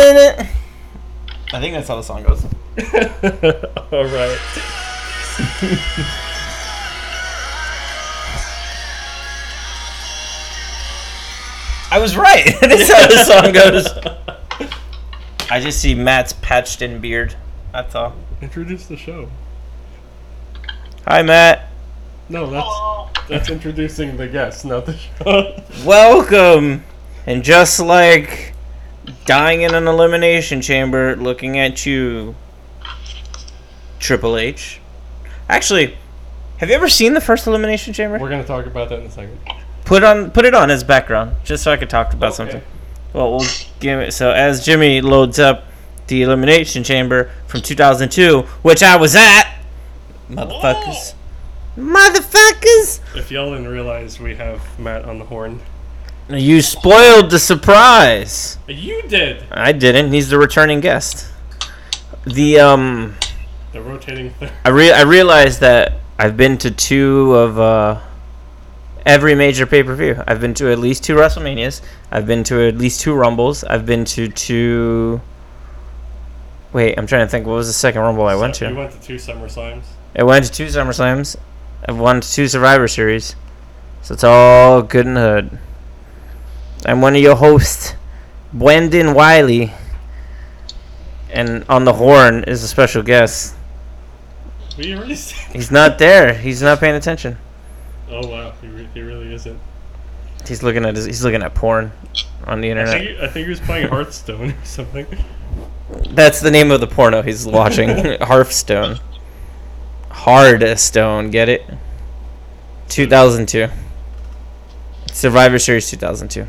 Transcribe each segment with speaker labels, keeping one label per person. Speaker 1: I think that's how the song goes.
Speaker 2: All right.
Speaker 1: I was right. that's how the song goes. I just see Matt's patched in beard. That's all.
Speaker 2: Introduce the show.
Speaker 1: Hi, Matt.
Speaker 2: No, that's that's introducing the guest, not the show.
Speaker 1: Welcome. And just like dying in an elimination chamber, looking at you, Triple H. Actually, have you ever seen the first elimination chamber?
Speaker 2: We're gonna talk about that in a second.
Speaker 1: Put on, put it on as background, just so I could talk about something. Well, we'll give it. So as Jimmy loads up the Elimination Chamber from 2002, which I was at, motherfuckers, motherfuckers.
Speaker 2: If y'all didn't realize we have Matt on the horn,
Speaker 1: You spoiled the surprise.
Speaker 2: you did
Speaker 1: I didn't. He's the returning guest. The um,
Speaker 2: the rotating thing.
Speaker 1: I re- I realized that I've been to two of uh. Every major pay per view. I've been to at least two WrestleManias. I've been to at least two Rumbles. I've been to two. Wait, I'm trying to think. What was the second Rumble I went to?
Speaker 2: You went to two Summer Slams.
Speaker 1: I went to two SummerSlams. I've won two Survivor Series. So it's all good and hood. I'm one of your hosts, Brendan Wiley. And on the horn is a special guest.
Speaker 2: We already. Said-
Speaker 1: He's not there. He's not paying attention.
Speaker 2: oh wow, he, re- he really isn't.
Speaker 1: He's looking at his, he's looking at porn on the
Speaker 2: I
Speaker 1: internet.
Speaker 2: think, I think he was playing Hearthstone or something.
Speaker 1: That's the name of the porno he's watching. Hearthstone. Hardstone, get it? 2002. Survivor Series 2002.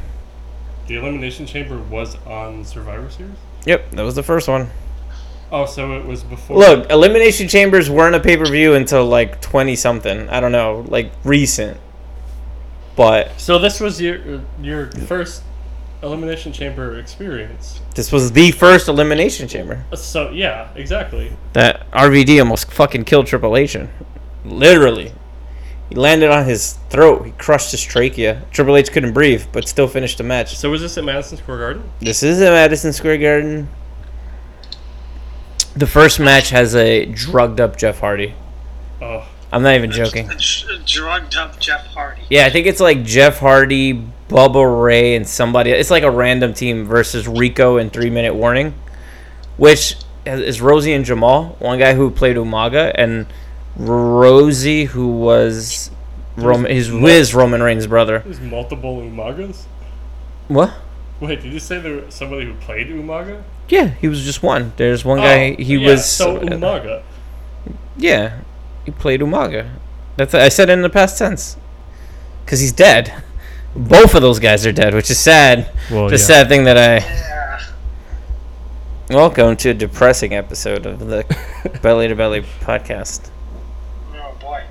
Speaker 2: The Elimination Chamber was on Survivor Series.
Speaker 1: Yep, that was the first one.
Speaker 2: Oh, so it was before.
Speaker 1: Look, elimination chambers weren't a pay per view until like twenty something. I don't know, like recent. But
Speaker 2: So this was your your first Elimination Chamber experience.
Speaker 1: this was the first elimination chamber
Speaker 2: So yeah, exactly.
Speaker 1: that RVD almost fucking killed Triple H. in. Literally, he landed on his throat. He crushed his trachea. Triple H couldn't breathe, but still finished the match.
Speaker 2: So was this at Madison Square Garden?
Speaker 1: This is at Madison Square Garden. The first match has a drugged up Jeff Hardy.
Speaker 2: Oh,
Speaker 1: I'm not even joking.
Speaker 3: Drugged up Jeff Hardy.
Speaker 1: Yeah, I think it's like Jeff Hardy, Bubba Ray, and somebody. It's like a random team versus Rico and Three Minute Warning, which is Rosie and Jamal, one guy who played Umaga, and Rosie, who was Roman, his Wiz Roman Reigns' brother.
Speaker 2: there's multiple Umagas.
Speaker 1: What?
Speaker 2: Wait, did you say there was somebody who played Umaga?
Speaker 1: Yeah, he was just one. There's one guy.
Speaker 2: Oh,
Speaker 1: He
Speaker 2: yeah,
Speaker 1: was uh,
Speaker 2: so Umaga.
Speaker 1: Yeah, he played Umaga. That's I said it in the past tense, because he's dead. Both of those guys are dead, which is sad.
Speaker 2: Well,
Speaker 1: the sad thing that I. Welcome to a depressing episode of the Belly to Belly podcast.
Speaker 3: Oh boy.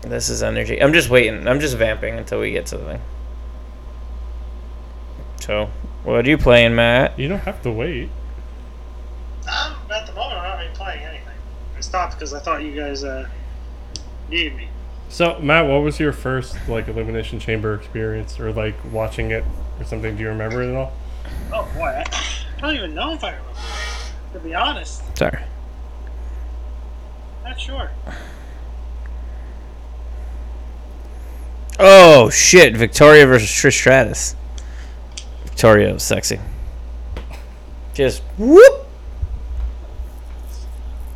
Speaker 1: This is energy. I'm just waiting. I'm just vamping until we get to the thing. So, what are you playing, Matt?
Speaker 2: You don't have to wait.
Speaker 3: I'm, Um, at the moment, I'm not really playing anything. I stopped because I thought you guys uh, needed me.
Speaker 2: So Matt, what was your first like Elimination Chamber experience, or like watching it or something? Do you remember it at all?
Speaker 3: Oh boy, I, I don't even know if I remember. To be honest,
Speaker 1: Sorry.
Speaker 3: not sure.
Speaker 1: Oh shit! Victoria versus Trish Stratus. Victoria was sexy. Just whoop.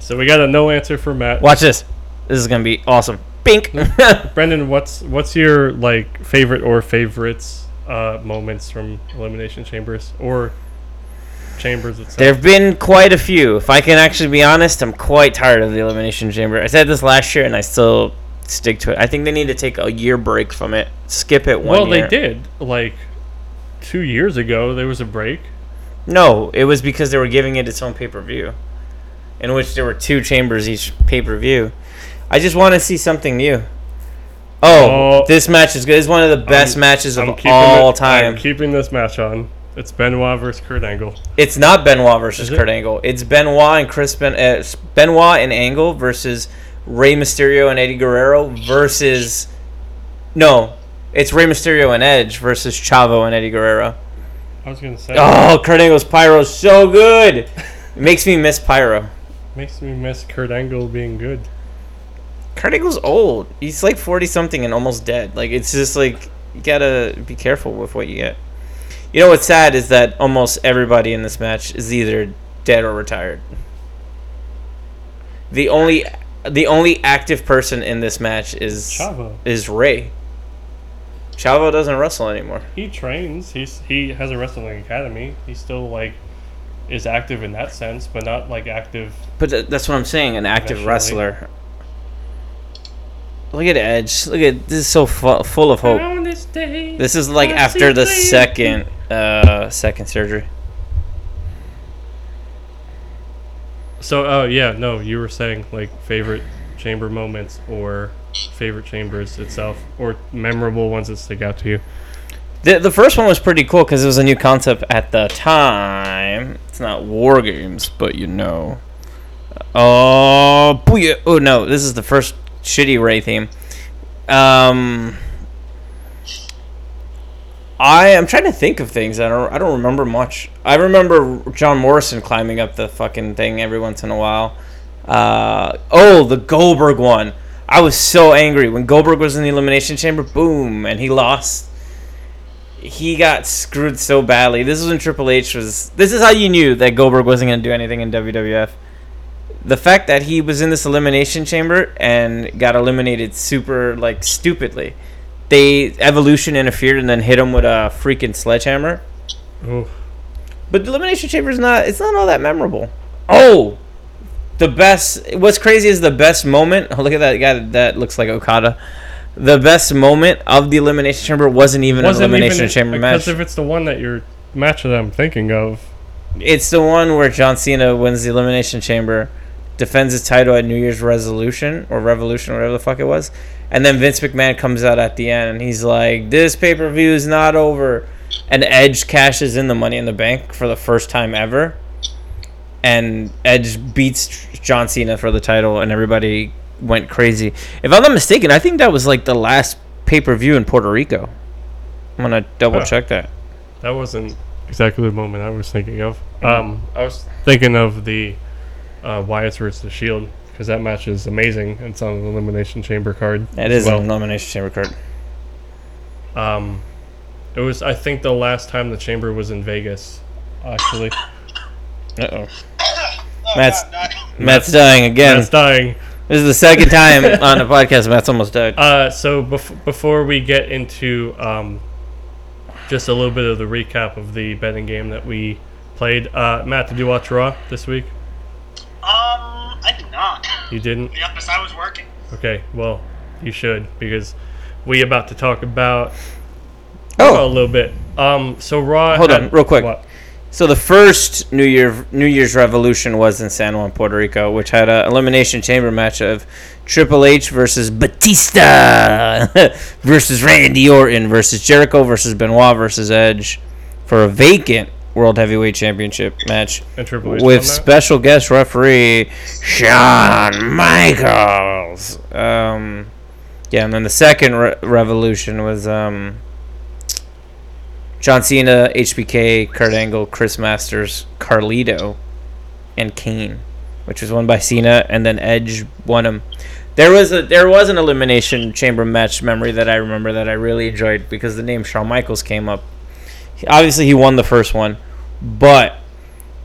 Speaker 2: So we got a no answer for Matt.
Speaker 1: Watch this. This is gonna be awesome. Bink.
Speaker 2: Brendan, what's what's your like favorite or favorites uh, moments from Elimination Chambers or chambers itself.
Speaker 1: There have been quite a few. If I can actually be honest, I'm quite tired of the Elimination Chamber. I said this last year, and I still stick to it. I think they need to take a year break from it. Skip it one
Speaker 2: well,
Speaker 1: year.
Speaker 2: they did. Like two years ago, there was a break.
Speaker 1: No, it was because they were giving it its own pay per view, in which there were two chambers each pay per view. I just want to see something new. Oh,
Speaker 2: Oh.
Speaker 1: this match is good. It's one of the best matches of
Speaker 2: keeping
Speaker 1: all
Speaker 2: it-
Speaker 1: time.
Speaker 2: I'm keeping this match on. It's Benoit versus Kurt Angle.
Speaker 1: It's not Benoit versus
Speaker 2: Is it?
Speaker 1: Kurt Angle. It's Benoit and Chris ben- uh, Benoit and Angle versus Rey Mysterio and Eddie Guerrero versus no, it's Rey Mysterio and Edge versus Chavo and Eddie Guerrero.
Speaker 2: I was gonna say
Speaker 1: Oh, Kurt Angle's pyro is so good. It makes me miss pyro.
Speaker 2: makes me miss Kurt Angle being good.
Speaker 1: Kurt Angle's old. He's like forty something and almost dead. Like it's just like you gotta be careful with what you get. You know what's sad is that almost everybody in this match is either dead or retired. The only the only active person in this match is
Speaker 2: Chavo.
Speaker 1: is Ray. Chavo doesn't wrestle anymore.
Speaker 2: He trains. He's he has a wrestling academy. He still like is active in that sense, but not like active.
Speaker 1: But tha- that's what I'm saying, an active
Speaker 2: Professionally.
Speaker 1: wrestler. Look at Edge. Look at this is so fu- full of hope.
Speaker 2: On this day,
Speaker 1: This is like
Speaker 2: I
Speaker 1: after
Speaker 2: see
Speaker 1: the
Speaker 2: clean.
Speaker 1: second uh second surgery.
Speaker 2: So, oh yeah, no, you were saying like favorite chamber moments or favorite chambers itself or memorable ones that stick out to you.
Speaker 1: The, the first one was pretty cool because it was a new concept at the time. It's not War Games, but you know. Oh, booyah. oh no! This is the first shitty Ray theme. Um, I am trying to think of things. I don't. I don't remember much. I remember John Morrison climbing up the fucking thing every once in a while. Uh, oh, the Goldberg one. I was so angry when Goldberg was in the elimination chamber. Boom, and he lost he got screwed so badly. This is when Triple H was. This is how you knew that Goldberg wasn't going to do anything in WWF. The fact that he was in this elimination chamber and got eliminated super like stupidly. They evolution interfered and then hit him with a freaking sledgehammer.
Speaker 2: Oh,
Speaker 1: But the elimination chamber is not. It's not all that memorable. Oh, the best. What's crazy is the best moment. Oh, look at that guy. That looks like Okada. The best moment of the elimination chamber wasn't even an elimination chamber match.
Speaker 2: because if it's the one that you're match that I'm thinking of,
Speaker 1: It's the one where John Cena wins the Elimination Chamber, defends his title at New Year's Resolution or Revolution, whatever the fuck it was, and then Vince McMahon comes out at the end and he's like, "This pay per view is not over," and Edge cashes in the Money in the Bank for the first time ever, and Edge beats John Cena for the title, and everybody went crazy. If I'm not mistaken, I think that was like the last pay per view in Puerto Rico. I'm gonna double
Speaker 2: Huh.
Speaker 1: check that.
Speaker 2: that wasn't exactly the moment I was thinking of.
Speaker 1: Mm-hmm.
Speaker 2: Um, I was thinking of the uh, Wyatt's versus the Shield because that match is amazing. It's on an elimination chamber card.
Speaker 1: It
Speaker 2: as
Speaker 1: is an Elimination Chamber card.
Speaker 2: Um, it was I think the last time the chamber was in Vegas, actually.
Speaker 1: Uh oh.
Speaker 3: Oh,
Speaker 1: Matt's-
Speaker 3: God, no.
Speaker 1: Matt's dying again.
Speaker 2: That's dying.
Speaker 1: This is the second time on the podcast Matt's almost died.
Speaker 2: Uh, so bef- before we get into um, just a little bit of the recap of the betting game that we played, uh, Matt, did you watch Raw this week?
Speaker 3: Um, I did not.
Speaker 2: You didn't.
Speaker 3: To be honest, I was working.
Speaker 2: Okay, well, you should because we about to talk about Raw a
Speaker 1: Oh,
Speaker 2: little bit. Um, so Raw.
Speaker 1: Hold
Speaker 2: had-
Speaker 1: on, real quick.
Speaker 2: What?
Speaker 1: so the first New Year New Year's Revolution was in San Juan, Puerto Rico, which had a elimination chamber match of Triple H versus Batista versus Randy Orton versus Jericho versus Benoit versus Edge for a vacant World Heavyweight Championship match
Speaker 2: And Triple H
Speaker 1: with
Speaker 2: won that?
Speaker 1: special guest referee Shawn Michaels. Um, yeah, and then the second re- revolution was um, John Cena, HBK, Kurt Angle, Chris Masters, Carlito, and Kane, which was won by Cena, and then Edge won him. There was a there was an elimination chamber match memory that I remember that I really enjoyed because the name Shawn Michaels came up. He- Obviously, he won the first one, but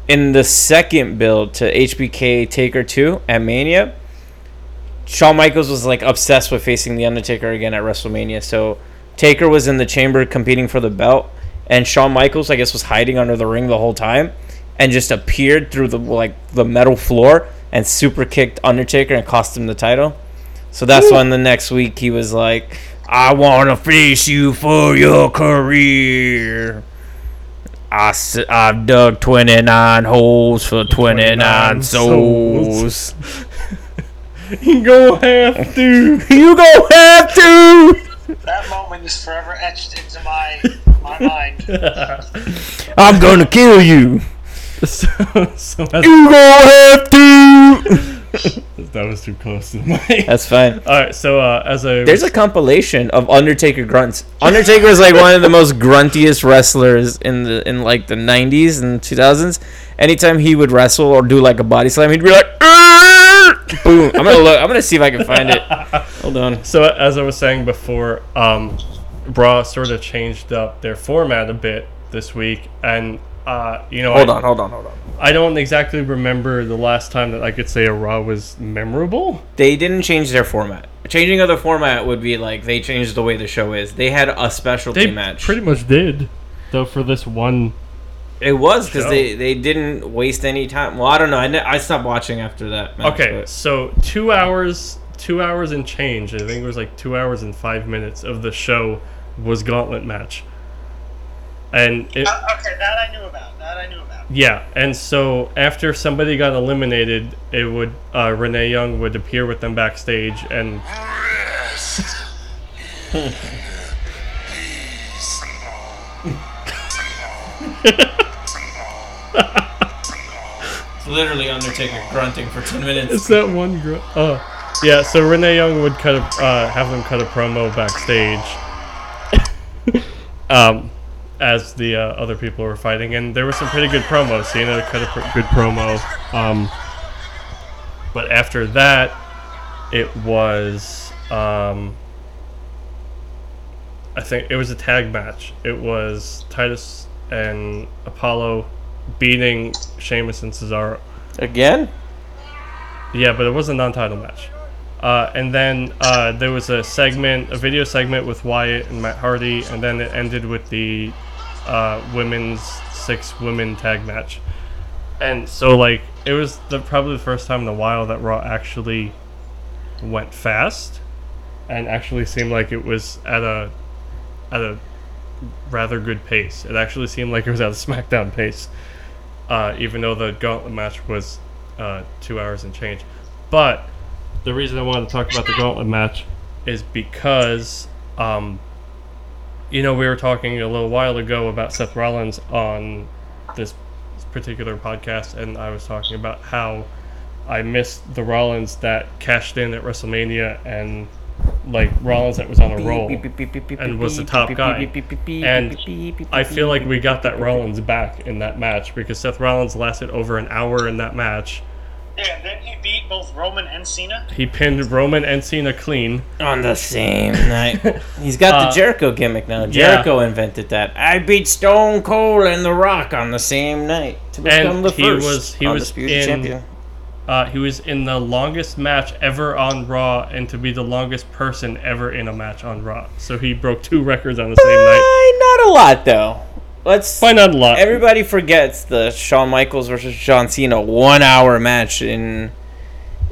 Speaker 1: in the second build to HBK Taker 2 at Mania, Shawn Michaels was like obsessed with facing The Undertaker again at WrestleMania. So Taker was in the chamber competing for the belt, and Shawn Michaels, I guess, was hiding under the ring the whole time. and just appeared through the like the metal floor and super kicked Undertaker and cost him the title. So that's when the next week he was like, "I want to face you for your career." I s- I've dug 29 holes for 29,
Speaker 2: 29
Speaker 1: souls.
Speaker 2: souls. You go half, dude.
Speaker 1: you go have to.
Speaker 3: That moment is forever etched into my my mind.
Speaker 1: I'm gonna kill you.
Speaker 2: so, so that's,
Speaker 1: You go have to.
Speaker 2: that was too close to the mic.
Speaker 1: That's fine.
Speaker 2: All right, so uh, as I
Speaker 1: There's a compilation of Undertaker grunts. Undertaker is like one of the most gruntiest wrestlers in the in like the 90s and 2000s. Anytime he would wrestle or do like a body slam, he'd be like, "Argh!" boom. I'm gonna look. I'm gonna see if I can find it. Hold on.
Speaker 2: So as I was saying before, um, Raw sort of changed up their format a bit this week, and uh, you know,
Speaker 1: Hold
Speaker 2: I,
Speaker 1: on. Hold on. Hold on.
Speaker 2: I don't exactly remember the last time that I could say a Raw was memorable.
Speaker 1: They didn't change their format. Changing of the format would be like they changed the way the show is. They had a specialty
Speaker 2: They
Speaker 1: match.
Speaker 2: pretty much did, though, for this one.
Speaker 1: It was because
Speaker 2: show.
Speaker 1: they, they didn't waste any time. Well, I don't know. I, ne- I stopped watching after that. match,
Speaker 2: Okay,
Speaker 1: but-
Speaker 2: so two hours, two hours and change. I think it was like two hours and five minutes of the show was Gauntlet match, and it,
Speaker 3: Uh, okay, that I knew about. That I knew about.
Speaker 2: Yeah, and so after somebody got eliminated, it would uh, Renee Young would appear with them backstage, and
Speaker 1: It's literally Undertaker grunting for 10 minutes.
Speaker 2: it's that one girl. Uh, yeah, so Renee Young would cut a, uh, have them cut a promo backstage, um, as the uh, other people were fighting, and there were some pretty good promos. Cena cut a pr- good promo, um, but after that, it was. Um, I think it was a tag match. It was Titus and Apollo beating Sheamus and Cesaro.
Speaker 1: Again?
Speaker 2: Yeah, but it was a non-title match. Uh, and then uh, there was a segment, a video segment with Wyatt and Matt Hardy, and then it ended with the uh, women's six women tag match. And so, like, it was the probably the first time in a while that Raw actually went fast, and actually seemed like it was at a at a rather good pace. It actually seemed like it was at a SmackDown pace uh, even though the gauntlet match was uh, two hours and change. But the reason I wanted to talk about the gauntlet match is because, um, you know, we were talking a little while ago about Seth Rollins on this particular podcast, and I was talking about how I missed the Rollins that cashed in at WrestleMania and. Like Rollins, that was on a roll. and was the top guy. And I feel like we got that Rollins back in that match because Seth Rollins lasted over an hour in that match.
Speaker 3: Yeah, and then he beat both Roman and Cena.
Speaker 2: He pinned Roman and Cena clean.
Speaker 1: On the same night. He's got
Speaker 2: Uh,
Speaker 1: the Jericho gimmick now. Jericho invented that. I beat Stone Cold and The Rock on the same night to become the
Speaker 2: he
Speaker 1: first
Speaker 2: was- he was
Speaker 1: undisputed
Speaker 2: in-
Speaker 1: champion.
Speaker 2: Uh, he was in the longest match ever on Raw and to be the longest person ever in a match on Raw. So he broke two records on the same
Speaker 1: Eh,
Speaker 2: night.
Speaker 1: Not a lot, though. Let's
Speaker 2: Why not a lot?
Speaker 1: Everybody forgets the Shawn Michaels versus John Cena one hour match in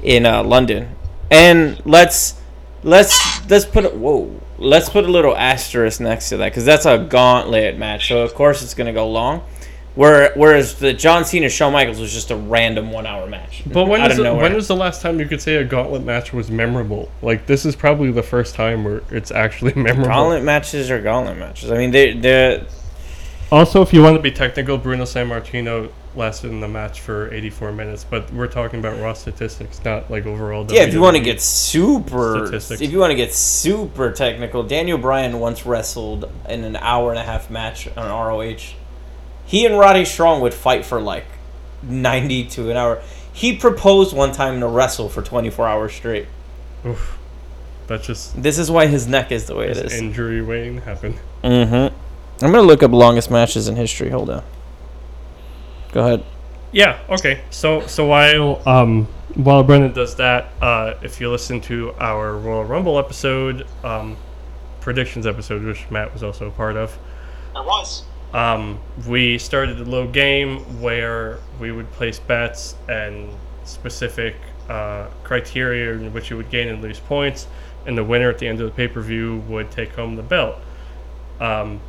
Speaker 1: in uh, London. And let's let's let's put a, whoa let's put a little asterisk next to that because that's a gauntlet match. So of course it's gonna go long. Where, whereas the John Cena Shawn Michaels was just a random one hour match.
Speaker 2: but when
Speaker 1: out
Speaker 2: is,
Speaker 1: of
Speaker 2: the,
Speaker 1: nowhere.
Speaker 2: when is the last time you could say a gauntlet match was memorable? Like, this is probably the first time where it's actually memorable.
Speaker 1: gauntlet matches are gauntlet matches? I mean they they
Speaker 2: Also, if you want to be technical, Bruno San Martino lasted in the match for 84 minutes, but we're talking about raw statistics, not like overall. E.
Speaker 1: yeah. If you want to
Speaker 2: WWE.
Speaker 1: get super,
Speaker 2: Statistics.
Speaker 1: if you want to get super technical, Daniel Bryan once wrestled in an hour and a half match on ROH. He and Roddy Strong would fight for like ninety to an hour. He proposed one time to wrestle for twenty four hours straight.
Speaker 2: Oof. that's just
Speaker 1: This is why his neck is the way it is.
Speaker 2: injury waiting to happen.
Speaker 1: Mm-hmm. I'm gonna look up longest matches in history. Hold on. Go ahead.
Speaker 2: Yeah. Okay. So so while um while Brendan does that, uh, if you listen to our Royal Rumble episode, um, predictions episode, which Matt was also a part of,
Speaker 3: I was.
Speaker 2: Um, we started a little game where we would place bets and specific uh, criteria in which you would gain and lose points, and the winner at the end of the pay per view would take home the belt. Um,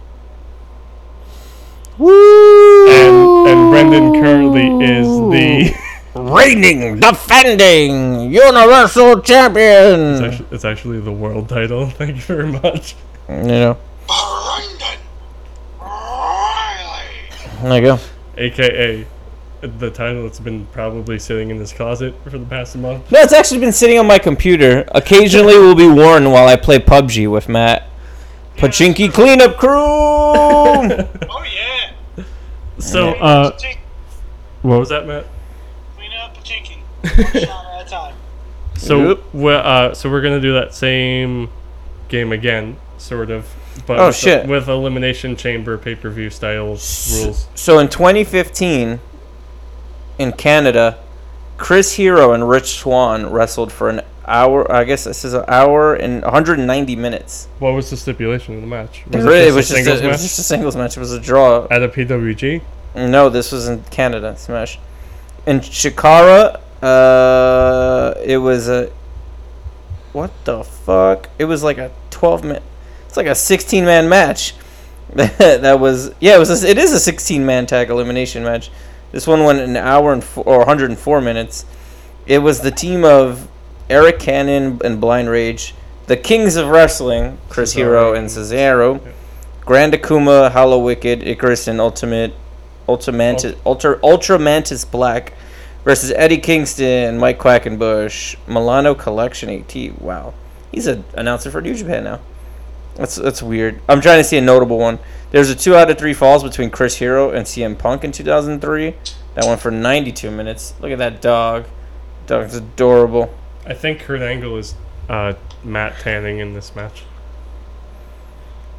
Speaker 2: and, and Brendan currently is the.
Speaker 1: Reigning, defending, universal
Speaker 2: It's
Speaker 1: champion.
Speaker 2: actually, it's actually the world title. Thank you very much.
Speaker 1: You know,
Speaker 3: Brendan Riley.
Speaker 1: there you go.
Speaker 2: AKA the title that's been probably sitting in this closet for the past month.
Speaker 1: No, it's actually been sitting on my computer. Occasionally, will be worn while I play PUBG with Matt. Pachinki cleanup crew.
Speaker 3: Oh yeah.
Speaker 2: so,
Speaker 3: Hey,
Speaker 2: uh,
Speaker 3: Jake,
Speaker 2: what was that, Matt?
Speaker 3: clean up a chinking. One shot at a time.
Speaker 2: So
Speaker 1: Yep.
Speaker 2: we're uh, so we're gonna do that same game again, sort of, but
Speaker 1: Oh,
Speaker 2: with,
Speaker 1: shit.
Speaker 2: with elimination chamber pay per view styles rules.
Speaker 1: so in 2015, in Canada, Chris Hero and Rich Swan wrestled for an hour. I guess this is an hour and 190 minutes.
Speaker 2: What was the stipulation of the match? Was
Speaker 1: Really,
Speaker 2: just a singles
Speaker 1: it was
Speaker 2: match?
Speaker 1: just a singles match. It was a draw.
Speaker 2: at a PWG?
Speaker 1: No, this was in Canada. Smash. In Shikara, uh, it was a. What the fuck? It was like a twelve man. It's like a sixteen man match. that was yeah. It was. A, it is a sixteen man tag elimination match. This one went an hour and four, or 104 minutes. It was the team of Eric Cannon and Blind Rage, the Kings of Wrestling, Chris
Speaker 2: Cesaro
Speaker 1: Hero and
Speaker 2: and-
Speaker 1: Cesaro, Grand Akuma, Hollow Wicked, Icarus, and Ultimate Ultra Mantis, Ultra Ultra Mantis Black versus Eddie Kingston, Mike Quackenbush, Milano Collection AT. Wow, he's an announcer for New Japan now. That's that's weird. I'm trying to see a notable one. There's a two out of three falls between Chris Hero and CM Punk in 2003. That went for 92 minutes. Look at that dog. Dog's adorable.
Speaker 2: I think Kurt Angle is uh, Matt Tanning in this match.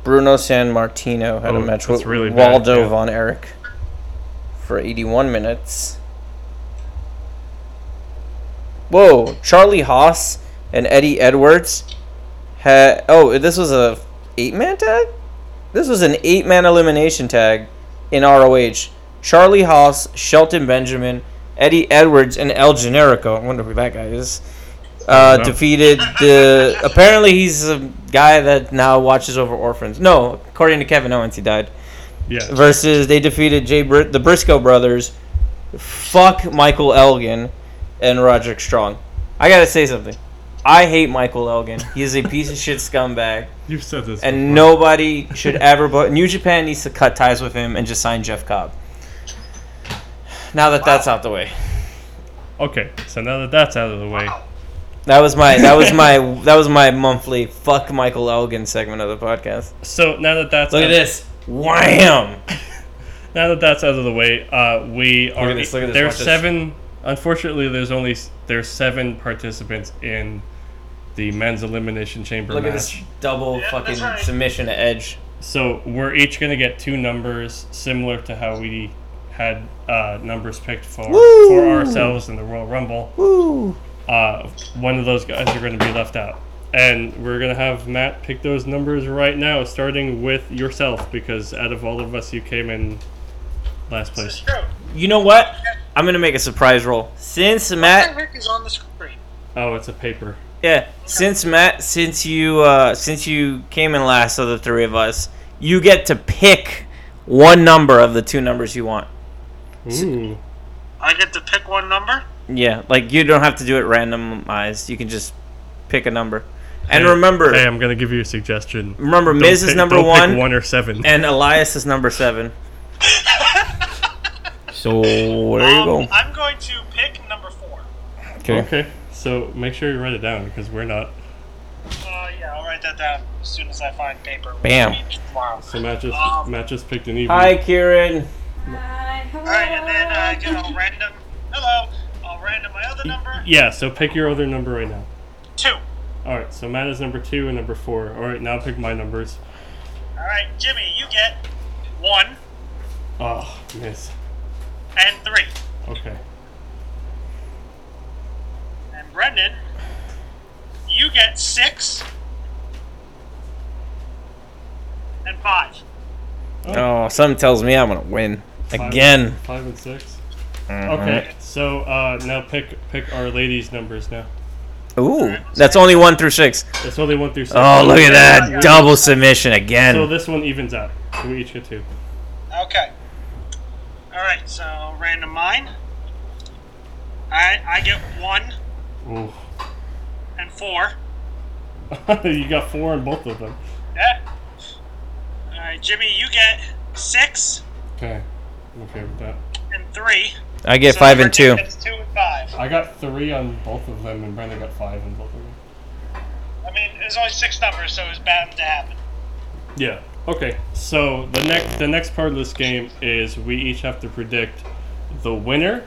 Speaker 1: Bruno San Martino had
Speaker 2: Oh,
Speaker 1: a match
Speaker 2: that's
Speaker 1: with
Speaker 2: really bad,
Speaker 1: Waldo
Speaker 2: yeah.
Speaker 1: von Erich for 81 minutes. Whoa, Charlie Haas and Eddie Edwards had oh, this was a eight man tag? This was an eight man elimination tag in ROH. Charlie Haas, Shelton Benjamin, Eddie Edwards, and El Generico. I wonder who that guy is. Uh,
Speaker 2: know.
Speaker 1: defeated the. Apparently, he's a guy that now watches over orphans. No, according to Kevin Owens, he died.
Speaker 2: Yeah.
Speaker 1: Versus they defeated Jay Br- the Briscoe brothers. Fuck Michael Elgin and Roderick Strong. I gotta say something. I hate Michael Elgin. He is a piece of shit scumbag
Speaker 2: You've said this.
Speaker 1: and nobody should ever. But New Japan needs to cut ties with him and just sign Jeff Cobb. Now that that's out the way,
Speaker 2: Okay, so now that that's out of the way,
Speaker 1: that was my that was my that was my monthly fuck Michael Elgin segment of the podcast.
Speaker 2: so now that that's
Speaker 1: Look
Speaker 2: out,
Speaker 1: at this, wham!
Speaker 2: Now that that's out of the way, uh, we are
Speaker 1: at this, look at this,
Speaker 2: there's
Speaker 1: watch this.
Speaker 2: seven. Unfortunately, there's only s- there's seven participants in the men's elimination chamber
Speaker 1: Look
Speaker 2: match.
Speaker 1: at this double
Speaker 3: Yeah,
Speaker 1: fucking
Speaker 3: that's right.
Speaker 1: submission to Edge.
Speaker 2: So we're each gonna get two numbers similar to how we had uh, numbers picked for for
Speaker 1: Woo!
Speaker 2: ourselves in the Royal Rumble.
Speaker 1: Woo!
Speaker 2: Uh, one of those guys are gonna be left out, and we're gonna have Matt pick those numbers right now, starting with yourself because out of all of us, you came in last
Speaker 3: This is
Speaker 2: place.
Speaker 3: true.
Speaker 1: You know what? I'm gonna make a surprise roll. Since
Speaker 3: That
Speaker 1: Matt,
Speaker 3: Rick is on the screen.
Speaker 2: Oh, it's a paper.
Speaker 1: yeah, since Matt, since you, uh, since you came in last of the three of us, you get to pick one number of the two numbers you want.
Speaker 2: Ooh.
Speaker 3: I get to pick one number.
Speaker 1: Yeah, like you don't have to do it randomized. You can just pick a number. And
Speaker 2: Hey,
Speaker 1: remember,
Speaker 2: Hey, I'm gonna give you a suggestion.
Speaker 1: remember, Miz is
Speaker 2: pick-
Speaker 1: number
Speaker 2: don't pick
Speaker 1: one,
Speaker 2: one or seven.
Speaker 1: and Elias is number seven. so there you
Speaker 3: Um,
Speaker 1: go.
Speaker 3: I'm going to pick number four.
Speaker 1: Okay.
Speaker 2: Okay, so make sure you write it down because we're not.
Speaker 3: Uh, yeah, I'll write that down as soon as I find paper. which
Speaker 1: Bam.
Speaker 3: means Tomorrow.
Speaker 2: So Matt just
Speaker 3: Um,
Speaker 2: Matt just picked an even.
Speaker 1: Hi, Kieran.
Speaker 3: All right, and then uh, again, I'll random. Hello. I'll random my other number.
Speaker 2: Yeah, so pick your other number right now.
Speaker 3: Two.
Speaker 2: All right, so Matt is number two and number four. All right, now pick my numbers.
Speaker 3: All right, Jimmy, you get one
Speaker 2: Oh, miss.
Speaker 3: and three,
Speaker 2: Okay.
Speaker 3: and Brendan, you get six and five.
Speaker 1: Oh, something tells me I'm gonna win again.
Speaker 2: Five and six.
Speaker 1: Mhm.
Speaker 2: Okay, so uh, now pick pick our ladies' numbers now.
Speaker 1: Ooh, that's only one through six.
Speaker 2: It's only one through six.
Speaker 1: Oh, look at that double submission
Speaker 2: So
Speaker 1: again.
Speaker 2: this one evens out. So we each get two.
Speaker 3: Okay. All right. So random mine. I I get one
Speaker 2: Ooh.
Speaker 3: and four.
Speaker 2: you got four in both of them.
Speaker 3: Yeah. All right, Jimmy. You get six
Speaker 2: Okay. I'm okay with that.
Speaker 3: and three.
Speaker 1: I get
Speaker 3: So
Speaker 1: five and two.
Speaker 3: Brendan gets two and five.
Speaker 2: I got three on both of them, and Brenda got five on both of them.
Speaker 3: I mean, there's only six numbers, so it's bound to happen.
Speaker 2: Yeah. Okay. So the next the next part of this game is we each have to predict the winner,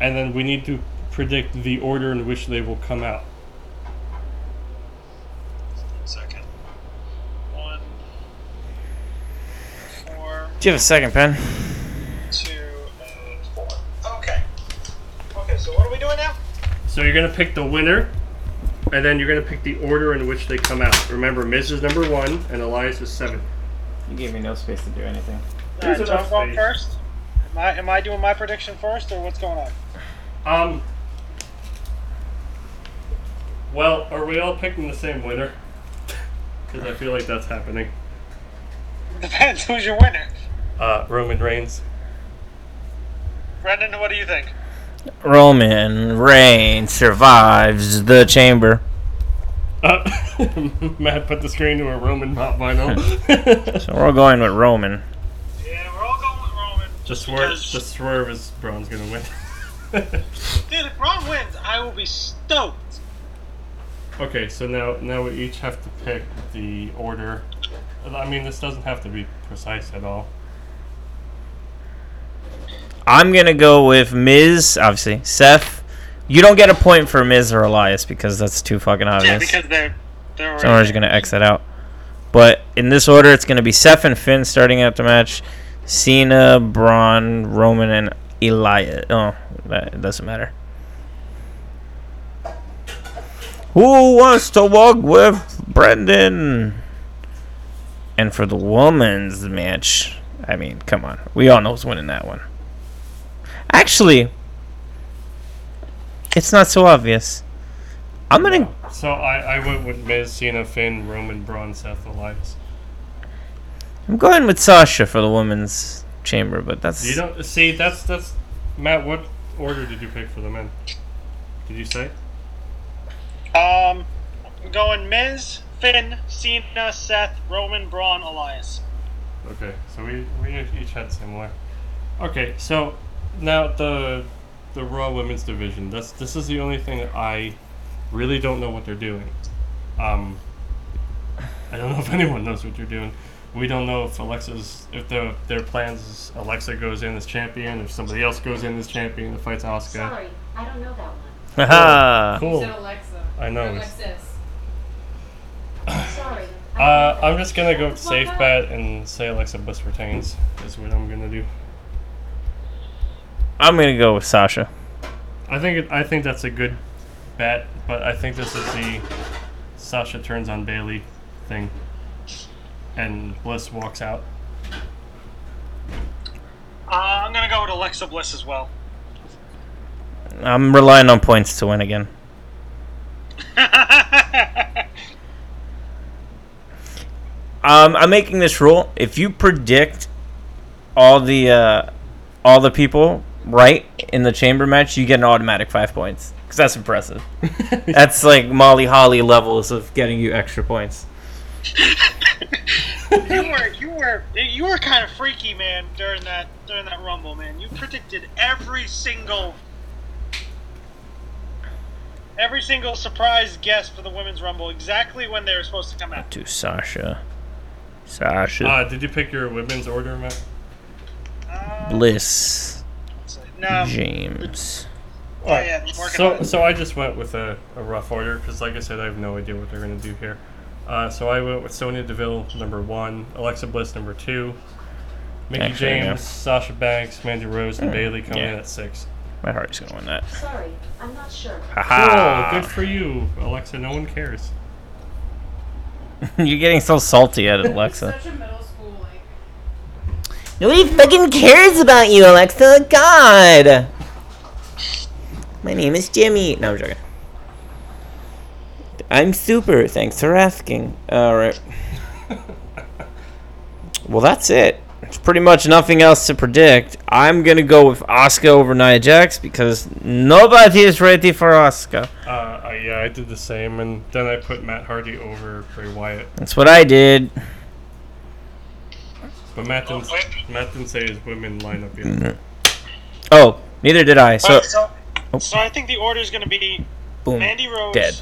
Speaker 2: and then we need to predict the order in which they will come out.
Speaker 3: One second. One, four,
Speaker 1: Do you have a second pen?
Speaker 3: two, and four. Okay. Okay. So what are we doing now?
Speaker 2: So you're gonna pick the winner, and then you're gonna pick the order in which they come out. Remember, Miz is number one, and Elias is seven.
Speaker 1: You gave me no space to do anything.
Speaker 3: All right,
Speaker 2: There's
Speaker 3: so I'm
Speaker 2: enough
Speaker 3: going
Speaker 2: space.
Speaker 3: Uh, first. Am I, am I doing my prediction first, or what's going on?
Speaker 2: Um. Well, are we all picking the same winner? Because I feel like that's happening.
Speaker 3: Depends who's your winner.
Speaker 2: Uh, Roman Reigns.
Speaker 3: Brendan, what do you think?
Speaker 1: Roman Reigns survives the chamber.
Speaker 2: Uh, Matt put the screen to a Roman pop
Speaker 1: So
Speaker 2: vinyl.
Speaker 1: we're going with Roman.
Speaker 3: Yeah, we're all going with Roman.
Speaker 2: just swerve, just swerve is Braun's gonna win.
Speaker 3: Dude, if Roman wins, I will be stoked.
Speaker 2: okay, so now now we each have to pick the order. I mean, this doesn't have to be precise at all.
Speaker 1: I'm gonna go with Miz, obviously. Seth, you don't get a point for Miz or Elias because that's too fucking obvious.
Speaker 3: Yeah, because they're they're
Speaker 1: So we're just gonna X that out. But in this order, it's gonna be Seth and Finn starting out the match. Cena, Braun, Roman, and Elias. Oh, that it doesn't matter. Who wants to walk with Brendan? And for the women's match, I mean, come on, we all know who's winning that one. Actually, it's not so obvious. I'm gonna
Speaker 2: So I, I went with Miz, Cena, Finn, Roman, Braun, Seth, Elias.
Speaker 1: I'm going with Sasha for the women's chamber, but that's
Speaker 2: You don't see that's that's Matt. What order did you pick for the men? Did you say?
Speaker 3: Um, I'm going Miz, Finn, Cena, Seth, Roman, Braun, Elias.
Speaker 2: Okay, so we, we each had similar. Okay, so now the the Raw Women's Division. That's this is the only thing that I really don't know what they're doing. Um, I don't know if anyone knows what they're doing. We don't know if Alexa's if the, their plans is Alexa goes in as champion, if somebody else goes in as champion that fights Asuka.
Speaker 4: Sorry, I don't know that one.
Speaker 1: Haha.
Speaker 4: You
Speaker 2: Cool.
Speaker 4: said Alexa.
Speaker 2: I know,
Speaker 4: Or
Speaker 2: it's-
Speaker 4: Alexis. Sorry. I don't
Speaker 2: Uh,
Speaker 4: know that.
Speaker 2: I'm just gonna go with
Speaker 4: Why
Speaker 2: safe
Speaker 4: not?
Speaker 2: bet and say Alexa Bliss retains. Is what I'm gonna do.
Speaker 1: I'm gonna go with Sasha.
Speaker 2: I think it, I think that's a good bet, but I think this is the Sasha turns on Bailey thing, and Bliss walks out.
Speaker 3: Uh, I'm gonna go with Alexa Bliss as well.
Speaker 1: I'm relying on points to win again. Um, I'm making this rule: if you predict all the uh, all the people right in the chamber match, you get an automatic five points. Cause that's impressive. that's like Molly Holly levels of getting you extra points.
Speaker 3: you were you were you were kind of freaky, man. During that during that rumble, man, you predicted every single every single surprise guest for the women's rumble exactly when they were supposed to come out.
Speaker 1: To Sasha, Sasha
Speaker 2: Uh, did you pick your women's order, Matt?
Speaker 3: Uh,
Speaker 1: Bliss
Speaker 3: no,
Speaker 1: James.
Speaker 3: Oh, yeah, I'm working on
Speaker 2: so
Speaker 3: it.
Speaker 2: so I just went with a, a rough order because, like I said, I have no idea what they're gonna do here. Uh, so I went with Sonya Deville number one, Alexa Bliss number two, Mickey
Speaker 1: Actually,
Speaker 2: James,
Speaker 1: yeah. Mm.
Speaker 2: Sasha Banks, Mandy Rose, and Bailey coming
Speaker 1: yeah.
Speaker 2: in at six.
Speaker 1: My heart's gonna win that.
Speaker 4: Sorry, I'm not sure.
Speaker 1: Haha.
Speaker 2: Cool, good for you, Alexa. No one cares.
Speaker 1: You're getting so salty at it, Alexa.
Speaker 5: Such a middle school like
Speaker 1: Nobody fucking cares about you, Alexa. God. My name is Jimmy. No, I'm joking. I'm super. Thanks for asking. All right. Well, that's it. There's pretty much nothing else to predict. I'm gonna go with Oscar over Nia Jax because nobody is ready for Oscar.
Speaker 2: Uh, I, yeah, I did the same, and then I put Matt Hardy over Bray Wyatt.
Speaker 1: That's what I did.
Speaker 2: But Matt didn't, Matt didn't say his women lineup yet.
Speaker 1: Oh, neither did I. So
Speaker 3: Alright, so,
Speaker 1: Oh.
Speaker 3: so I think the order is going to be
Speaker 1: boom,
Speaker 3: Mandy Rose,
Speaker 1: dead.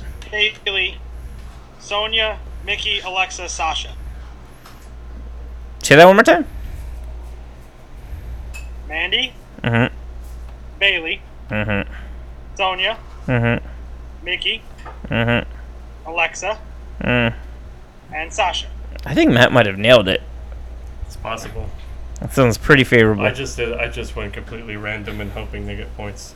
Speaker 3: Bailey, Sonya, Mickey, Alexa, Sasha.
Speaker 1: Say that one more time.
Speaker 3: Mandy,
Speaker 1: Mhm.
Speaker 3: Bailey,
Speaker 1: Mhm.
Speaker 3: Sonya,
Speaker 1: Mhm.
Speaker 3: Mickey,
Speaker 1: Mhm.
Speaker 3: Alexa,
Speaker 1: Mm.
Speaker 3: and Sasha.
Speaker 1: I think Matt might have nailed it.
Speaker 2: It's possible.
Speaker 1: That sounds pretty favorable.
Speaker 2: I just did. I just went completely random and hoping to get points.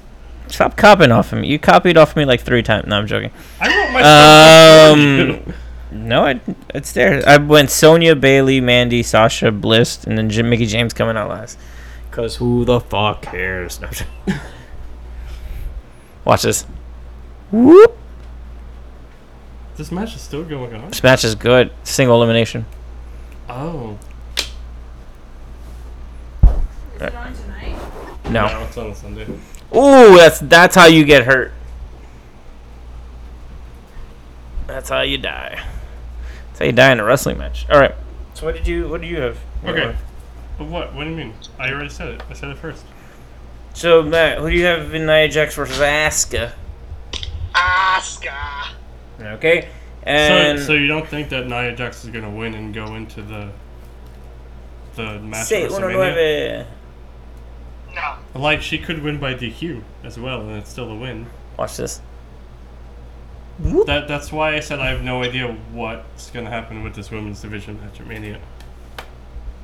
Speaker 1: Stop copying off of me. You copied off me like three times. No, I'm joking.
Speaker 2: I wrote
Speaker 1: Um,
Speaker 2: myself.
Speaker 1: No, I, it's there. I went Sonia, Bailey, Mandy, Sasha, Bliss, and then Jim, Mickey James coming out last. Cause who the fuck cares? No, I'm joking. Watch this. Whoop.
Speaker 2: this match is still going on.
Speaker 1: This match is good. Single elimination.
Speaker 2: Oh.
Speaker 4: Is it on tonight?
Speaker 1: No.
Speaker 2: Now it's on a Sunday.
Speaker 1: Ooh, that's that's how you get hurt. That's how you die. That's how you die in a wrestling match. All right. So what did you what do you have?
Speaker 2: Okay. But what? What do you mean? I already said it. I said it first.
Speaker 1: So Matt, who do you have in Nia Jax versus Asuka?
Speaker 3: Asuka.
Speaker 1: Okay. And
Speaker 2: so, so you don't think that Nia Jax is gonna win and go into the the match?
Speaker 1: Say
Speaker 2: at
Speaker 1: uno
Speaker 2: WrestleMania?
Speaker 1: nueve.
Speaker 3: No.
Speaker 2: Like she could win by DQ as well, and it's still a win.
Speaker 1: Watch this.
Speaker 2: That that's why I said I have no idea what's gonna happen with this women's division match at Mania.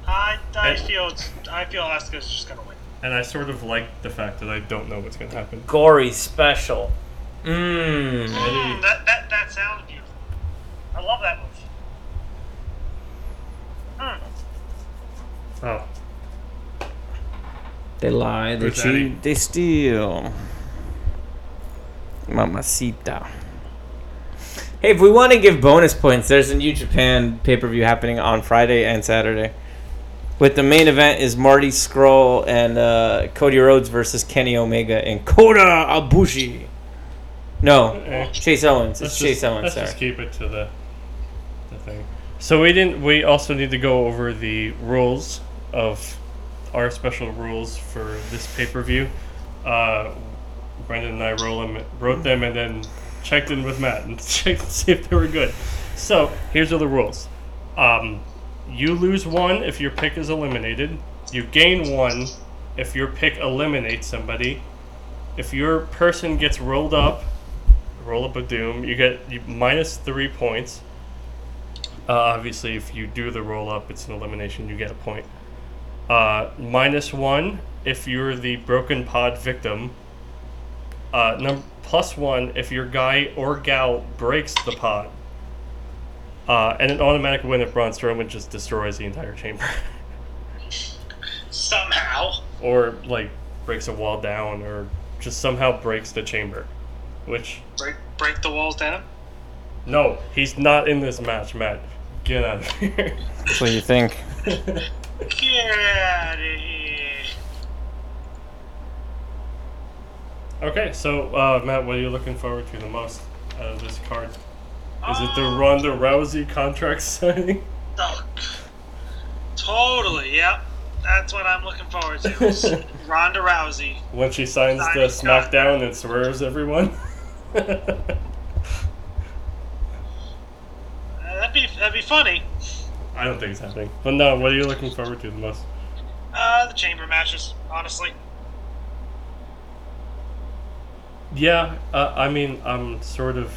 Speaker 3: I, I
Speaker 2: Hey.
Speaker 3: feel I feel Asuka's just gonna win.
Speaker 2: And I sort of like the fact that I don't know what's gonna happen.
Speaker 1: Gory special. Mmm.
Speaker 2: Ready?
Speaker 3: Mm, that, that that sounds beautiful. I love that move. Hmm.
Speaker 2: Oh,
Speaker 1: They lie, they
Speaker 2: Who's that?
Speaker 1: cheat, they steal. Mamacita. Hey, if we want to give bonus points, there's a New Japan pay per view happening on Friday and Saturday. With the main event is Marty Scroll and uh, Cody Rhodes versus Kenny Omega and Kota Abushi. No,
Speaker 2: Okay.
Speaker 1: Chase Owens. It's
Speaker 2: let's
Speaker 1: Chase
Speaker 2: just,
Speaker 1: Owens.
Speaker 2: let's
Speaker 1: Sorry.
Speaker 2: just keep it to the the thing. So we didn't. We also need to go over the rules of our special rules for this pay per view. Uh, Brendan and I roll them, wrote them and then checked in with Matt and checked to see if they were good. So here's are the rules. Um, you lose one if your pick is eliminated. You gain one if your pick eliminates somebody. If your person gets rolled up, roll up a doom, you get you, minus three points. Uh, obviously, if you do the roll up, it's an elimination. You get a point. Uh, minus one if you're the broken pod victim. Uh, num- plus one if your guy or gal breaks the pod. Uh, and an automatic win if Braun Strowman just destroys the entire chamber,
Speaker 3: Somehow.
Speaker 2: or like breaks a wall down, or just somehow breaks the chamber, which
Speaker 3: Break break the walls down.
Speaker 2: No, he's not in this match, Matt. Get out of here.
Speaker 1: That's what do you think?
Speaker 3: Get out of here.
Speaker 2: okay, so uh, Matt, what are you looking forward to the most out of this card? Is it the
Speaker 3: Um,
Speaker 2: Ronda Rousey contract signing?
Speaker 3: Oh, totally, yep. That's what I'm looking forward to. is Ronda Rousey.
Speaker 2: when she signs the SmackDown and swerves everyone?
Speaker 3: Uh, that'd be that'd be funny.
Speaker 2: I don't think it's happening. But no, what are you looking forward to the most?
Speaker 3: Uh, the chamber matches, honestly.
Speaker 2: Yeah, uh, I mean, I'm sort of,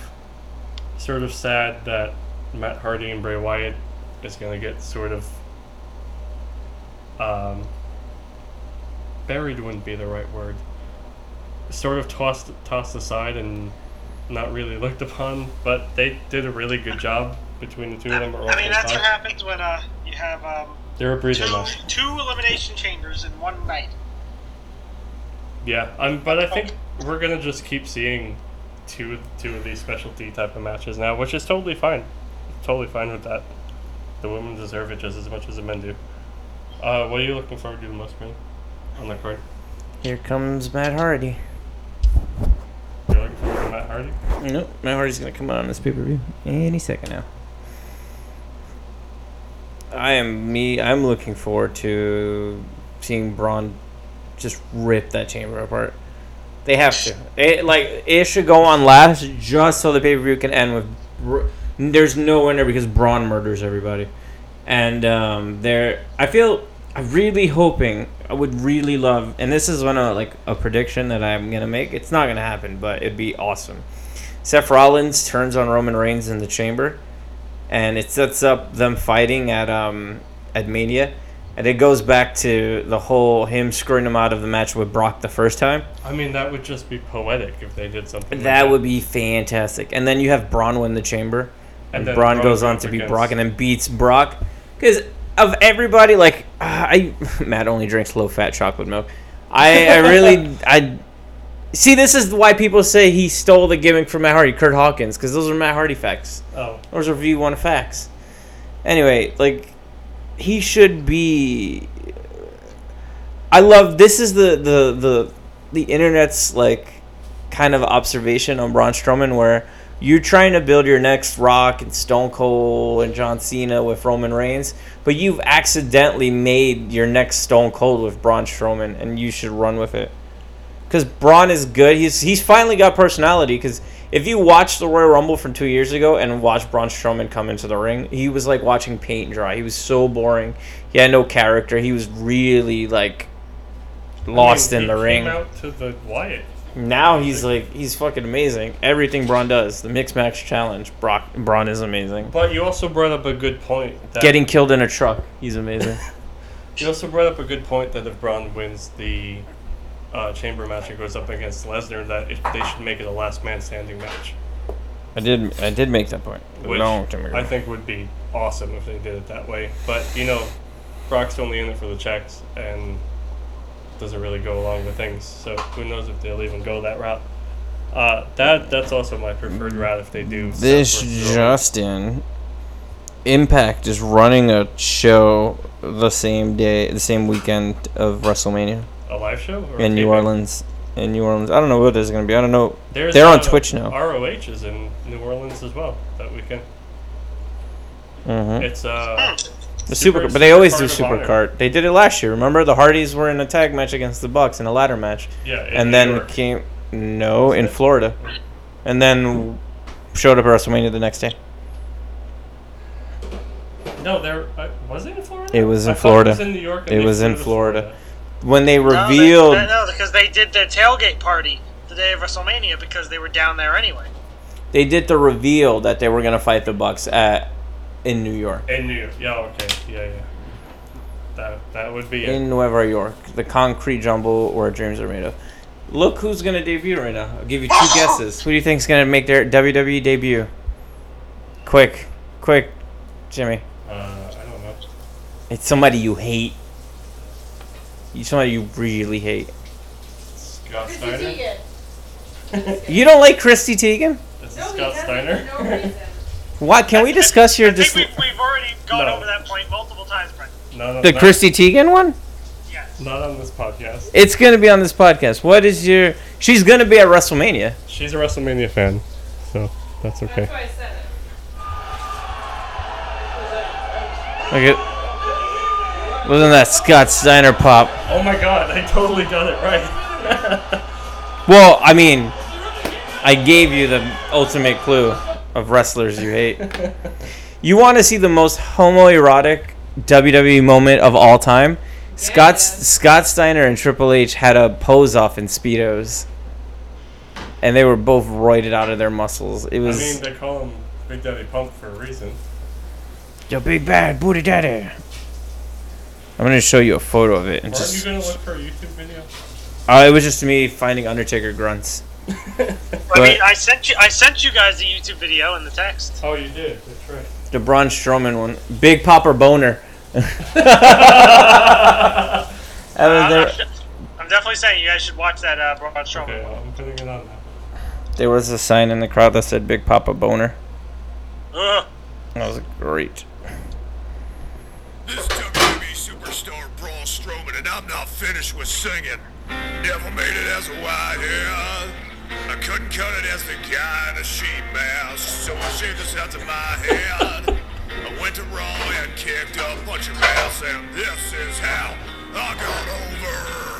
Speaker 2: sort of sad that Matt Hardy and Bray Wyatt is going to get sort of, um, buried wouldn't be the right word. Sort of tossed tossed aside and not really looked upon, but they did a really good job between the two of them.
Speaker 3: I mean, that's what happens when uh you have um
Speaker 2: They were
Speaker 3: Two,
Speaker 2: breathing less.
Speaker 3: two elimination chambers in one night.
Speaker 2: Yeah, um, but I think we're gonna just keep seeing two two of these specialty type of matches now, which is totally fine. Totally fine with that. The women deserve it just as much as the men do. Uh, what are you looking forward to the most, man? On the card,
Speaker 1: Here comes Matt Hardy.
Speaker 2: you're looking forward to Matt Hardy.
Speaker 1: Nope, Matt Hardy's gonna come out on this pay per view any second now. I am me. I'm looking forward to seeing Braun just rip that chamber apart. They have to. It like it should go on last just so the pay per view can end with. Br- There's no winner because Braun murders everybody, and um, there. I feel. I'm really hoping. I would really love, and this is one of like a prediction that I'm gonna make. It's not gonna happen, but it'd be awesome. Seth Rollins turns on Roman Reigns in the chamber, and it sets up them fighting at um at Mania, and it goes back to the whole him screwing him out of the match with Brock the first time.
Speaker 2: I mean, that would just be poetic if they did something. like
Speaker 1: That would be fantastic. And then you have Braun win the chamber, and,
Speaker 2: then
Speaker 1: Braun,
Speaker 2: Braun
Speaker 1: goes
Speaker 2: goes
Speaker 1: on to beat
Speaker 2: against-
Speaker 1: Brock and then beats Brock because of everybody. Like I, Matt only drinks low fat chocolate milk. I, I really I see. This is why people say he stole the gimmick from Matt Hardy, Kurt Hawkins, because those are Matt Hardy facts.
Speaker 2: Oh,
Speaker 1: Those are V1 facts. Anyway, like he should be. I love this is the the the the internet's like kind of observation on Braun Strowman where you're trying to build your next Rock and Stone Cold and John Cena with Roman Reigns, but you've accidentally made your next Stone Cold with Braun Strowman, and you should run with it. Because Braun is good. He's he's finally got personality. Because if you watch the Royal Rumble from two years ago and watch Braun Strowman come into the ring, he was like watching paint dry. He was so boring. He had no character. He was really like lost
Speaker 2: I mean,
Speaker 1: in
Speaker 2: he
Speaker 1: the ring.
Speaker 2: Came out to the Wyatt.
Speaker 1: Now he's like he's fucking amazing. Everything Braun does, the mixed match challenge, Brock Braun is amazing.
Speaker 2: But you also brought up a good point. That
Speaker 1: Getting killed in a truck, he's amazing.
Speaker 2: You also brought up a good point that if Braun wins the uh, chamber match and goes up against Lesnar, that it, they should make it a last man standing match,
Speaker 1: I did I did make that point.
Speaker 2: which
Speaker 1: Long time ago.
Speaker 2: I think would be awesome if they did it that way. But you know, Brock's only in it for the checks and doesn't really go along with things. So who knows if they'll even go that route. Uh, that that's also my preferred route if they do.
Speaker 1: Mm. This
Speaker 2: separate Raw.
Speaker 1: Justin Impact is running a show the same day, the same weekend of WrestleMania
Speaker 2: a live show or a
Speaker 1: in New
Speaker 2: taping?
Speaker 1: Orleans. In New Orleans, I don't know what it's gonna be. I don't know.
Speaker 2: There's,
Speaker 1: They're on
Speaker 2: uh,
Speaker 1: Twitch now.
Speaker 2: ROH is in New Orleans as well that weekend.
Speaker 1: hmm
Speaker 2: It's uh.
Speaker 1: The super,
Speaker 2: Super-
Speaker 1: but they always do
Speaker 2: Supercard
Speaker 1: super
Speaker 2: of
Speaker 1: card. They did it last year. Remember, the Hardys were in a tag match against the Bucks in a ladder match,
Speaker 2: Yeah, in
Speaker 1: and
Speaker 2: New
Speaker 1: then
Speaker 2: York.
Speaker 1: came no in Florida, and then showed up at WrestleMania the next day.
Speaker 2: no, there uh, was it in Florida.
Speaker 1: It was in
Speaker 2: I thought It was
Speaker 1: Florida.
Speaker 2: in New York.
Speaker 1: It
Speaker 2: and they
Speaker 1: was in
Speaker 2: flew to
Speaker 1: Florida. When they revealed,
Speaker 3: No, they- no, because they did their tailgate party the day of WrestleMania because they were down there anyway.
Speaker 1: they did the reveal that they were gonna fight the Bucks at in New York,
Speaker 2: In New York. Yeah. Okay. Yeah. Yeah. That that would be it.
Speaker 1: in Nueva York, the concrete jumble where dreams are made of. Look who's gonna debut right now. I'll give you two guesses. Who do you think's gonna make their WWE debut? Quick, quick, Jimmy.
Speaker 2: Uh, I don't know.
Speaker 1: It's somebody you hate. You somebody you really hate.
Speaker 2: Scott
Speaker 4: Chrissy
Speaker 2: Steiner.
Speaker 4: Teigen.
Speaker 1: You don't like Christy Teigen?
Speaker 2: This is
Speaker 4: No, he
Speaker 2: Scott
Speaker 4: doesn't,
Speaker 2: Steiner.
Speaker 4: for no reason.
Speaker 1: What can we discuss your
Speaker 3: I think
Speaker 1: dis-
Speaker 3: we've, we've already gone
Speaker 2: No.
Speaker 3: over that point multiple times, Brent.
Speaker 2: no, no,
Speaker 1: the
Speaker 2: not,
Speaker 1: Christy Teigen one?
Speaker 3: Yes.
Speaker 2: Not on this podcast.
Speaker 1: It's gonna be on this podcast. What is your? She's gonna be at WrestleMania.
Speaker 2: She's a WrestleMania fan, so that's okay.
Speaker 4: That's why I said it.
Speaker 1: Okay. Wasn't that Scott Steiner pop?
Speaker 2: Oh my God! I totally got it right.
Speaker 1: Well, I mean, I gave you the ultimate clue of wrestlers you hate. You want to see the most homoerotic WWE moment of all time? Scott
Speaker 4: Yes.
Speaker 1: Scott Steiner and Triple H had a pose off in speedos, and they were both roided out of their muscles. It
Speaker 2: I
Speaker 1: was
Speaker 2: mean, they call him Big Daddy Pump for a reason.
Speaker 1: the big bad booty daddy. I'm gonna show you a photo of it. And
Speaker 2: Aren't you
Speaker 1: just,
Speaker 2: gonna look for a YouTube video?
Speaker 1: uh, it was just me finding Undertaker grunts.
Speaker 3: I mean,
Speaker 1: But-
Speaker 3: I sent you. I sent you guys the YouTube video and the text.
Speaker 2: oh, you did. That's right.
Speaker 1: The Braun Strowman one. Big Popper Boner. I mean,
Speaker 3: I'm,
Speaker 1: there,
Speaker 3: not- I'm definitely saying you guys should watch that uh, Braun Strowman.
Speaker 2: Okay, I'm putting it on now.
Speaker 1: there was a sign in the crowd that said "Big Papa Boner."
Speaker 3: Ugh.
Speaker 1: That was great.
Speaker 5: This WWE superstar Braun Strowman, and I'm not finished with singing. Never made it as a widehead. I couldn't cut it as the guy in a sheet mask, so I shaved this out of my head. I went to Raw and kicked a bunch of ass, and this is how I got over.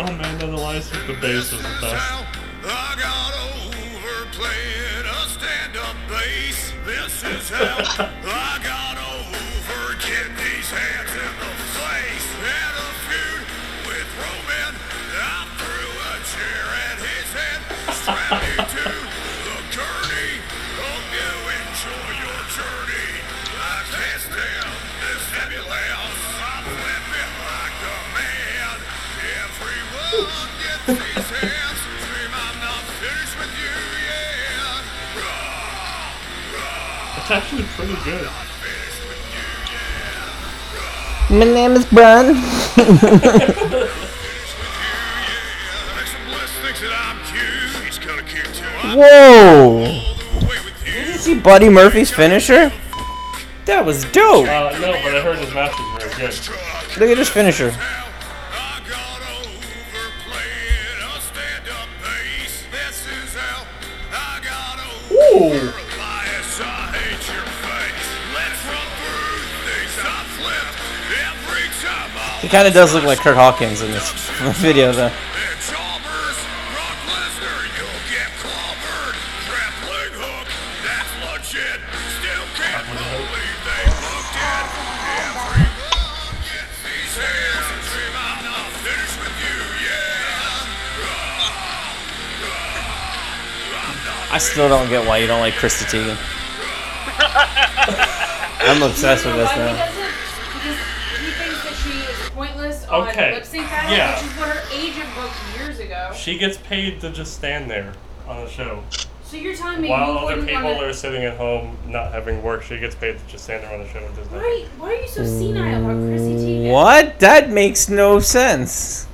Speaker 2: Oh man, then the lies with the bass
Speaker 5: this is
Speaker 2: was the best.
Speaker 5: how I got over playing a stand-up bass. This is how I got over getting these hands in the face. Had a feud with Roman. I threw a chair at his head. Strapped him to the gurney. Hope you enjoy your journey. I can't stand this ambulance. I'm flipping like a man. Everyone gets these hands. Scream, I'm not finished with you yet. Raw, raw.
Speaker 2: It's actually pretty good.
Speaker 6: My name is Brian.
Speaker 1: Whoa! See Buddy Murphy's finisher? That was dope.
Speaker 2: Uh, no, but I heard his match was very good.
Speaker 1: Look at his finisher.
Speaker 2: Ooh!
Speaker 1: He kind of does look like Kurt Hawkins in this video, though.
Speaker 5: And Chalmers, Brock Lesnar, you'll get clobbered. Grappling hook, that's legit. Still can't believe they booked it. Everyone gets these hands. Dream I'm not finished with you, yeah.
Speaker 1: I still don't get why you don't like Krista Teigen. I'm obsessed with this
Speaker 4: Why he
Speaker 1: now.
Speaker 4: doesn't? Because he thinks that she is pointless on
Speaker 2: Okay,
Speaker 4: lip sync battles,
Speaker 2: yeah.
Speaker 4: which is what her agent booked years ago.
Speaker 2: She gets paid to just stand there on the show.
Speaker 4: So you're telling me
Speaker 2: While
Speaker 4: you
Speaker 2: other
Speaker 4: wouldn't
Speaker 2: people
Speaker 4: want
Speaker 2: are sitting at home not having work, she gets paid to just stand there on the show and does nothing.
Speaker 4: Why, why are you so senile about Chrissy Teigen?
Speaker 1: What? That makes no sense.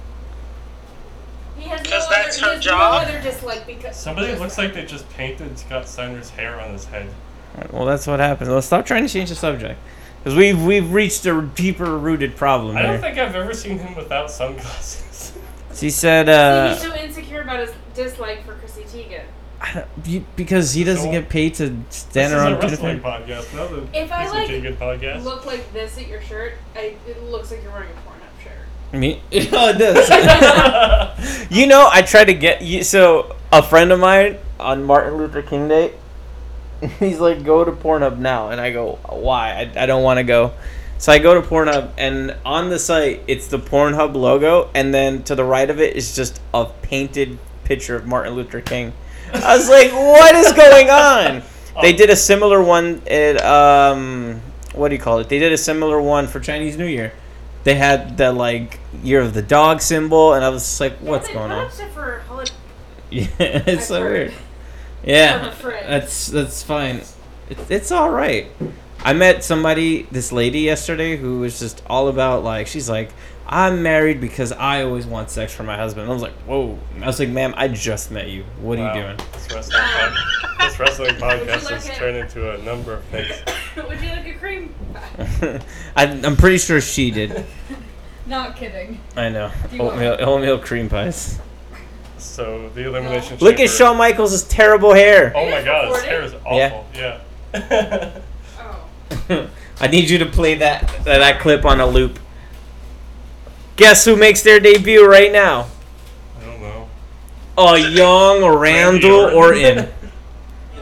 Speaker 4: He has no
Speaker 3: 'Cause
Speaker 4: other,
Speaker 3: that's
Speaker 4: he
Speaker 3: her
Speaker 4: has
Speaker 3: job.
Speaker 4: No other dislike because
Speaker 2: Somebody looks like they just painted Scott Steiner's hair on his head.
Speaker 1: Alright, Well, that's what happens. Let's stop trying to change the subject. Because we've, we've reached a deeper rooted problem
Speaker 2: I don't
Speaker 1: here.
Speaker 2: think I've ever seen him without sunglasses.
Speaker 1: She said,
Speaker 4: So
Speaker 1: uh,
Speaker 4: he's so insecure about his dislike for Chrissy Teigen.
Speaker 1: I don't- you- because he doesn't
Speaker 2: So-
Speaker 1: get paid to
Speaker 2: this
Speaker 1: stand
Speaker 2: is a
Speaker 1: around.
Speaker 2: wrestling
Speaker 1: different-
Speaker 2: podcast, not a
Speaker 4: If I, like,
Speaker 2: Michigan podcast.
Speaker 4: Look like this at your shirt. I, it looks like you're wearing a porn up shirt.
Speaker 1: Me? Oh, it does. you know, I tried to get you. So a friend of mine on Martin Luther King Day, he's like, "Go to Pornhub now," and I go, "Why? I, I don't want to go." So I go to Pornhub, and on the site, it's the Pornhub logo, and then to the right of it is just a painted picture of Martin Luther King. I was like, "What is going on?" They did a similar one at um, what do you call it? They did a similar one for Chinese New Year they had the like year of the dog symbol, and I was just like, "What's
Speaker 4: They
Speaker 1: going
Speaker 4: put
Speaker 1: on?"
Speaker 4: up stuff for holiday-
Speaker 1: Yeah, it's so
Speaker 4: heard.
Speaker 1: weird. Yeah,
Speaker 4: From a friend.
Speaker 1: that's that's fine. It's, it's all right. I met somebody, this lady yesterday, who was just all about like she's like, "I'm married because I always want sex for my husband." I was like, "Whoa!" I was like, "Ma'am, I just met you. What
Speaker 2: Wow.
Speaker 1: are you doing?"
Speaker 2: This wrestling, pod- this wrestling podcast
Speaker 4: like
Speaker 2: has
Speaker 4: it?
Speaker 2: turned into a number of things.
Speaker 4: Would you like a cream?
Speaker 1: I, I'm pretty sure she did.
Speaker 4: Not kidding.
Speaker 1: I know
Speaker 4: you want-
Speaker 1: oatmeal, oatmeal cream pies.
Speaker 2: So the elimination.
Speaker 1: Look at
Speaker 2: chamber-
Speaker 1: Shawn Michaels' terrible hair.
Speaker 2: Oh my god, his
Speaker 4: Recorded?
Speaker 2: hair is awful. Yeah.
Speaker 4: Oh.
Speaker 1: I need you to play that that clip on a loop. Guess who makes their debut right now?
Speaker 2: I don't know.
Speaker 1: A young Randall Orton.
Speaker 7: in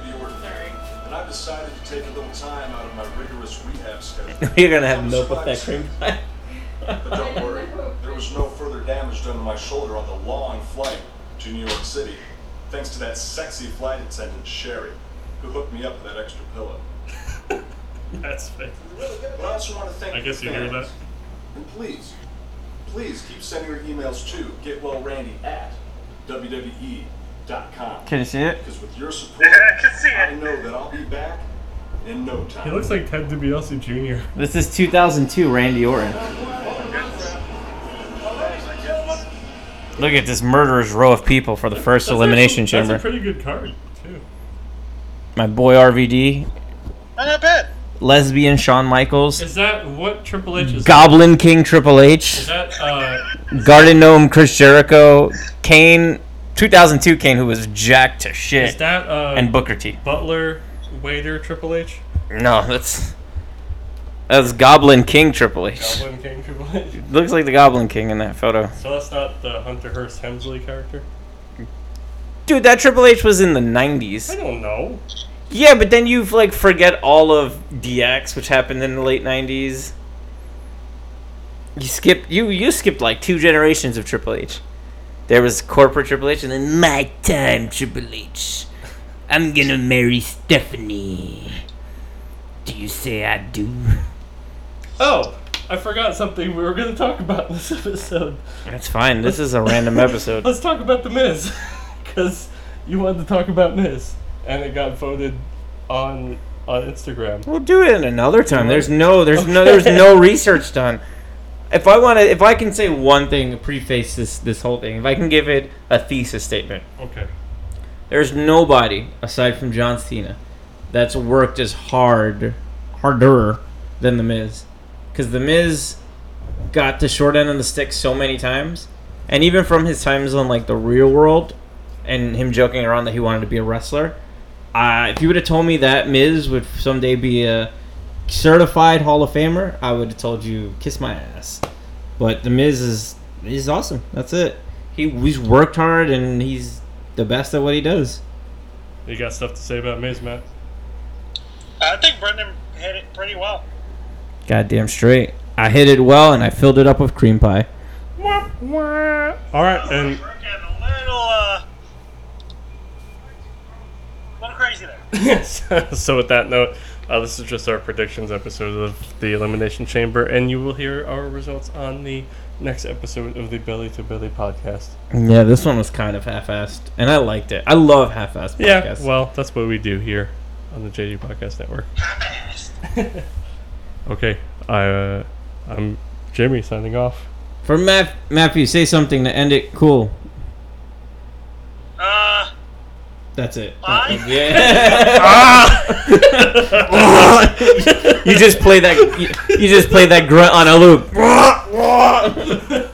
Speaker 7: the ordinary, and I've decided to take a little time out of my rigorous rehab schedule.
Speaker 1: You're gonna have no that cream pie.
Speaker 7: But don't worry, there was no further damage done to my shoulder on the long flight to New York City, thanks to that sexy flight attendant, Sherry, who hooked me up with that extra pillow.
Speaker 2: That's fake.
Speaker 7: But I also want to thank
Speaker 2: I guess you hear that.
Speaker 7: fans. And please, please keep sending your emails to getwellrandy at WWE.com.
Speaker 1: you see it?
Speaker 7: Because with your support,
Speaker 3: I can see
Speaker 7: I
Speaker 3: it.
Speaker 7: know that I'll be back in no time.
Speaker 2: He looks like Ted DiBiase Jr.
Speaker 1: This is 2002 Randy Orton. Look at this murderer's row of people for the first elimination
Speaker 2: That's a
Speaker 1: chamber.
Speaker 2: pretty good card too.
Speaker 1: My boy RVD,
Speaker 3: Not that bad.
Speaker 1: lesbian Shawn Michaels,
Speaker 2: Is that what Triple H is?
Speaker 1: Goblin King Triple H,
Speaker 2: Is that uh,
Speaker 1: Garden Gnome Chris Jericho, Kane, 2002 Kane who was jacked to
Speaker 2: is
Speaker 1: shit,
Speaker 2: that uh,
Speaker 1: and Booker T.
Speaker 2: Butler Waiter Triple H?
Speaker 1: No, that's that's Goblin King Triple H.
Speaker 2: Goblin King Triple H.
Speaker 1: Looks like the Goblin King in that photo.
Speaker 2: So that's not the Hunter Hearst Hemsley character.
Speaker 1: Dude, that Triple H was in the
Speaker 2: I
Speaker 1: 90s.
Speaker 2: don't know.
Speaker 1: Yeah, but then you like forget all of DX, which happened in the late 90s. You skip you you skipped like two generations of Triple H. There was corporate Triple H, and then my time Triple H. I'm gonna marry Stephanie. Do you say I do?
Speaker 2: Oh, I forgot something we were going to talk about in this episode.
Speaker 1: That's fine. This is a random episode.
Speaker 2: Let's talk about the Miz, because you wanted to talk about Miz, and it got voted on on Instagram.
Speaker 1: We'll do it another time. There's no, there's no, there's no research done. If I want to, if I can say one thing, to preface this this whole thing. If I can give it a thesis statement,
Speaker 2: Okay.
Speaker 1: there's nobody aside from John Cena that's worked as hard, harder than the Miz, because the Miz got the short end of the stick so many times, and even from his times on like the real world, and him joking around that he wanted to be a wrestler. Uh, if you would have told me that Miz would someday be a certified Hall of Famer, I would have told you kiss my ass. But the Miz is he's awesome. That's it. He he's worked hard and he's the best at what he does.
Speaker 2: You got stuff to say about Miz, Matt?
Speaker 3: I think Brendan hit it pretty well.
Speaker 1: Goddamn straight. I hit it well and I filled it up with cream pie.
Speaker 2: All right, and
Speaker 3: We're getting a little, uh, a little crazy there.
Speaker 2: so with that note, uh, this is just our predictions episode of the Elimination Chamber, and you will hear our results on the next episode of the Belly to Belly podcast.
Speaker 1: Yeah, this one was kind of half-assed, and I liked it. I love half-assed
Speaker 2: Yeah,
Speaker 1: podcasts.
Speaker 2: well, that's what we do here on the JD Podcast Network. okay, I, uh, I'm Jimmy signing off.
Speaker 1: For Matt, Matthew, say something to end it cool.
Speaker 3: Uh,
Speaker 1: That's it.
Speaker 3: Bye.
Speaker 1: Yeah. you just play that. You, you just play that grunt on a loop.